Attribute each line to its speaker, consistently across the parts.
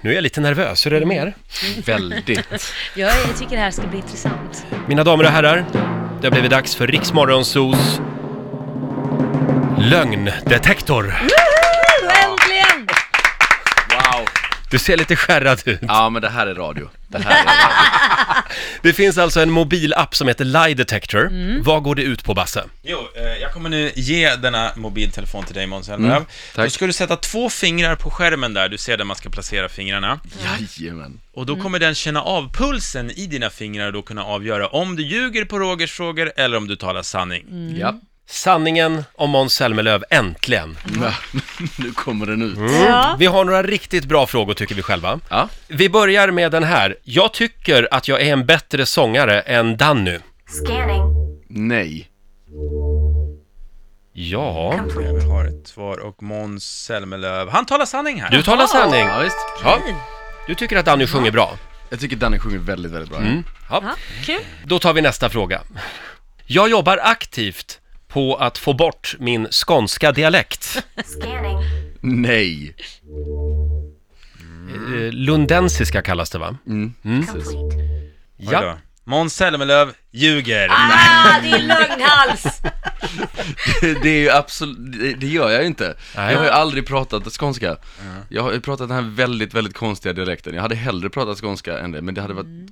Speaker 1: Nu är jag lite nervös, hur är det med er?
Speaker 2: Väldigt.
Speaker 3: Jag tycker det här ska bli intressant.
Speaker 1: Mina damer och herrar, det har blivit dags för Riksmorgonsos lögndetektor.
Speaker 3: Äntligen!
Speaker 2: Wow.
Speaker 1: Du ser lite skärrad ut.
Speaker 2: Ja, men det här är radio. Det här är radio.
Speaker 1: Det finns alltså en mobilapp som heter Lie Detector. Vad går det ut på, Basse?
Speaker 4: Jo, eh, jag kommer nu ge denna mobiltelefon till dig Måns Zelmerlöw. Då
Speaker 2: Mm, tack.
Speaker 4: ska du sätta två fingrar på skärmen där, du ser där man ska placera fingrarna.
Speaker 2: Jajamän.
Speaker 4: Och då kommer den känna av pulsen i dina fingrar och då kunna avgöra om du ljuger på Rogers frågor eller om du talar sanning.
Speaker 2: Ja.
Speaker 1: Sanningen om Måns Zelmerlöw, äntligen.
Speaker 2: Nu kommer den
Speaker 1: Mm.
Speaker 2: ut.
Speaker 3: Ja.
Speaker 1: Vi har några riktigt bra frågor tycker vi själva.
Speaker 2: Ja.
Speaker 1: Vi börjar med den här. Jag tycker att jag är en bättre sångare än Danny.
Speaker 5: Scanning.
Speaker 2: Nej.
Speaker 1: Ja,
Speaker 4: Jag har ett svar och Måns Zelmerlöw, han talar sanning här.
Speaker 1: du talar sanning.
Speaker 2: Ja, visst.
Speaker 1: Ja. Du tycker att Danny sjunger bra.
Speaker 2: Jag tycker Danny sjunger väldigt, väldigt bra.
Speaker 1: Ja.
Speaker 3: Ja, kul.
Speaker 1: Då tar vi nästa fråga. Jag jobbar aktivt på att få bort min skånska dialekt.
Speaker 5: Scanning.
Speaker 2: Nej. Mm.
Speaker 1: Eh, Lundensiska kallas det va?
Speaker 5: Complete.
Speaker 4: Oj då.
Speaker 1: Ja,
Speaker 4: Måns Zelmerlöw ljuger.
Speaker 3: Ah, det är lögnhals!
Speaker 2: Det är ju absolut, det- det gör jag ju inte.
Speaker 1: Nej.
Speaker 2: Jag har ju aldrig pratat skånska. Jag har ju pratat den här väldigt, väldigt konstiga dialekten. Jag hade hellre pratat skånska än det, men det hade varit mm,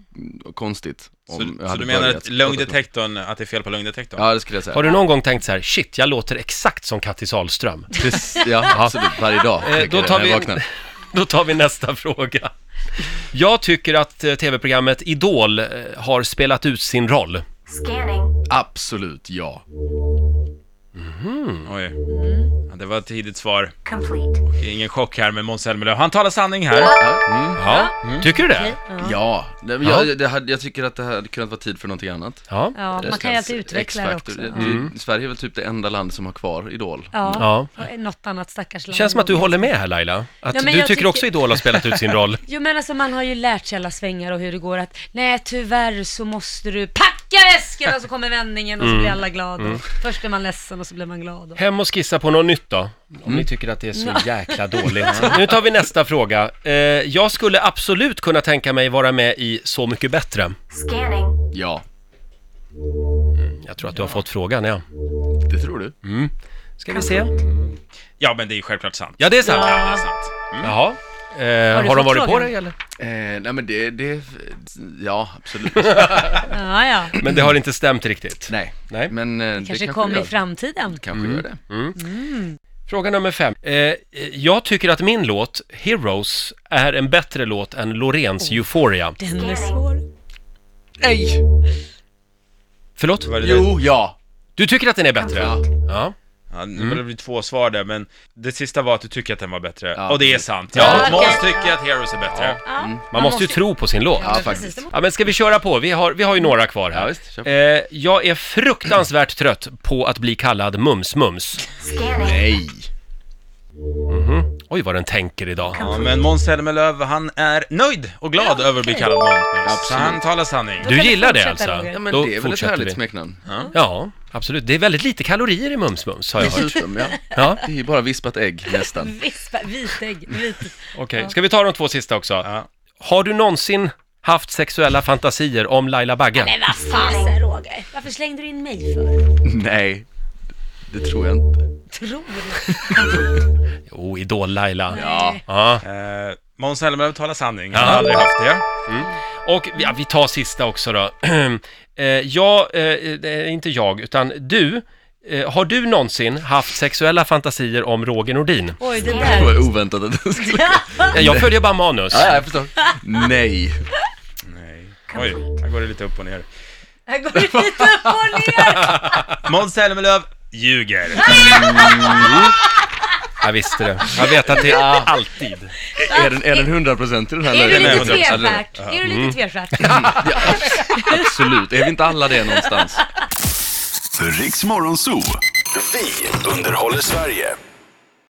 Speaker 2: konstigt om
Speaker 4: Så,
Speaker 2: jag
Speaker 4: så
Speaker 2: hade
Speaker 4: du menar
Speaker 2: börjat
Speaker 4: att
Speaker 2: prata
Speaker 4: lögndetektorn, att det är fel på
Speaker 2: skånska.
Speaker 4: lögndetektorn?
Speaker 2: Ja, det skulle jag säga.
Speaker 1: har du någon gång tänkt så här, shit, jag låter exakt som Kattis Ahlström?
Speaker 2: Precis, ja, absolut. Varje dag.
Speaker 1: Eh,
Speaker 2: tänker
Speaker 1: då,
Speaker 2: jag
Speaker 1: tar
Speaker 2: när
Speaker 1: vi,
Speaker 2: jag vaknar.
Speaker 1: då tar vi nästa fråga. Jag tycker att eh, tv-programmet Idol eh, har spelat ut sin roll.
Speaker 5: Scanning.
Speaker 2: Absolut, ja.
Speaker 4: Oj. Ja, det var ett tidigt svar.
Speaker 5: Complete.
Speaker 4: Ingen chock här med Måns Zelmerlöw, han talar sanning här.
Speaker 1: Ja, tycker du det?
Speaker 2: Ja, Nej, men
Speaker 1: Ja.
Speaker 2: jag, det hade, jag tycker att det hade kunnat vara tid för någonting annat.
Speaker 1: Ja.
Speaker 3: Ja, man kan ju alltid utveckla det
Speaker 2: X-Factor.
Speaker 3: också.
Speaker 2: Det-
Speaker 3: Ja.
Speaker 2: det- Sverige är väl typ det enda land som har kvar Idol.
Speaker 1: Ja.
Speaker 3: Ja, och något annat stackars land.
Speaker 1: Känns som att du håller med här Laila. Att
Speaker 3: Ja,
Speaker 1: du
Speaker 3: men
Speaker 1: tycker,
Speaker 3: jag tycker-
Speaker 1: också Idol har spelat ut sin roll.
Speaker 3: Jo men alltså man har ju lärt sig alla svängar och hur det går att nej tyvärr så måste du packa väskorna och så kommer vändningen och så
Speaker 1: Mm.
Speaker 3: blir alla glada. Först är man ledsen och så blir man glad. Och...
Speaker 1: Hem och skissa på något nytt då. Om ni tycker att det är så
Speaker 3: Mm.
Speaker 1: jäkla dåligt. nu tar vi nästa fråga. Eh, jag skulle absolut kunna tänka mig vara med i Så mycket bättre.
Speaker 5: Scanning.
Speaker 2: Ja,
Speaker 1: Jag tror att du har fått frågan ja.
Speaker 2: det tror du.
Speaker 1: Ska vi se?
Speaker 4: Ja, men det är ju självklart sant.
Speaker 1: Ja det är sant.
Speaker 4: Ja, det är sant.
Speaker 1: Jaha. Eh, har,
Speaker 3: Har du
Speaker 1: de
Speaker 3: fått
Speaker 1: varit på
Speaker 3: frågan?
Speaker 1: dig eller?
Speaker 2: Eh, nej men det, det, ja absolut.
Speaker 3: Ja, ja. Det
Speaker 1: Men det har inte stämt riktigt.
Speaker 2: nej. Mm.
Speaker 1: Nej.
Speaker 2: Men eh, det
Speaker 3: kanske
Speaker 2: kanske
Speaker 3: kommer
Speaker 2: gör.
Speaker 3: i framtiden.
Speaker 2: Kanske gör det.
Speaker 1: Fråga nummer fem. Eh, eh, jag tycker att min låt, Heroes, är en bättre låt än Loreens
Speaker 3: Oh.
Speaker 1: Euphoria.
Speaker 3: Den är svår.
Speaker 2: Nej!
Speaker 1: Förlåt?
Speaker 4: Var det det?
Speaker 2: Jo, ja.
Speaker 1: Du tycker att den är bättre?
Speaker 2: Ja.
Speaker 1: ja.
Speaker 4: Ja, nu börjar det bli två svar där, men det sista var att du tycker att den var bättre.
Speaker 2: Ja,
Speaker 4: och det är
Speaker 2: precis.
Speaker 4: sant.
Speaker 1: Ja,
Speaker 4: Ja,
Speaker 3: okej.
Speaker 4: Måns tycker att Heroes är bättre.
Speaker 3: Ja,
Speaker 1: Man måste ju tro på sin låt.
Speaker 3: Ja, men
Speaker 2: faktiskt.
Speaker 3: precis. Det måste-
Speaker 1: Ja men ska vi köra på? Vi har, vi har ju några kvar här.
Speaker 2: Ja, visst, kör på.
Speaker 1: eh, jag är fruktansvärt trött på att bli kallad Mums-Mums.
Speaker 5: Scanning.
Speaker 2: Nej.
Speaker 1: Oj vad den tänker idag.
Speaker 4: Ja, men Måns Zelmerlöw, han är nöjd och glad över att bli kallad Måns. Så
Speaker 2: Absolut.
Speaker 4: han talar sanning.
Speaker 1: Du
Speaker 3: kan vi
Speaker 1: gillar det
Speaker 3: fortsätta,
Speaker 1: alltså?
Speaker 3: Roger.
Speaker 2: Ja men
Speaker 1: Då
Speaker 2: det är väl ett
Speaker 1: fortsätter
Speaker 2: härligt
Speaker 1: vi.
Speaker 2: smeknamn.
Speaker 1: Ja, absolut. Det är väldigt lite kalorier i Mums-Mums har jag hört.
Speaker 2: Dessutom, ja.
Speaker 1: Ja,
Speaker 2: Det är ju bara vispat ägg nästan.
Speaker 3: Vispa, vitägg, vit.
Speaker 1: okej. Ska vi ta de två sista också?
Speaker 4: Ja.
Speaker 1: Har du någonsin haft sexuella fantasier om Laila Bagge?
Speaker 3: Men vad fasen Roger, varför slängde du in mig för?
Speaker 2: Nej, det tror jag inte.
Speaker 3: Tror du?
Speaker 1: Jo, Idol-Laila.
Speaker 2: Ja.
Speaker 1: Oh, Ja.
Speaker 4: Eh, Måns Zelmerlöw talar sanning. Han
Speaker 1: Ja.
Speaker 4: har aldrig haft det.
Speaker 1: Och ja, vi tar sista också då. eh, jag, eh, eh, inte jag, utan du. Eh, har du någonsin haft sexuella fantasier om Roger Nordin?
Speaker 3: Oj, det
Speaker 2: Det
Speaker 3: där.
Speaker 2: var oväntat att det skulle...
Speaker 1: Eh, Jag följer bara manus.
Speaker 2: Ja, jag förstår. Nej.
Speaker 4: Nej. Oj, här går det lite upp och ner.
Speaker 3: Här går det lite upp och ner.
Speaker 4: Måns Zelmerlöw ljuger.
Speaker 1: Jag visste det. Jag vet att det är alltid.
Speaker 2: Är den, är den hundraprocentig den här
Speaker 3: Är du
Speaker 2: lögnen?
Speaker 3: lite
Speaker 4: Nej, men-
Speaker 3: tvestjärt? Är du lite tvestjärt?
Speaker 2: Ja, absolut. Är vi inte alla det någonstans?
Speaker 6: Riks Morgonzoo. Vi underhåller Sverige.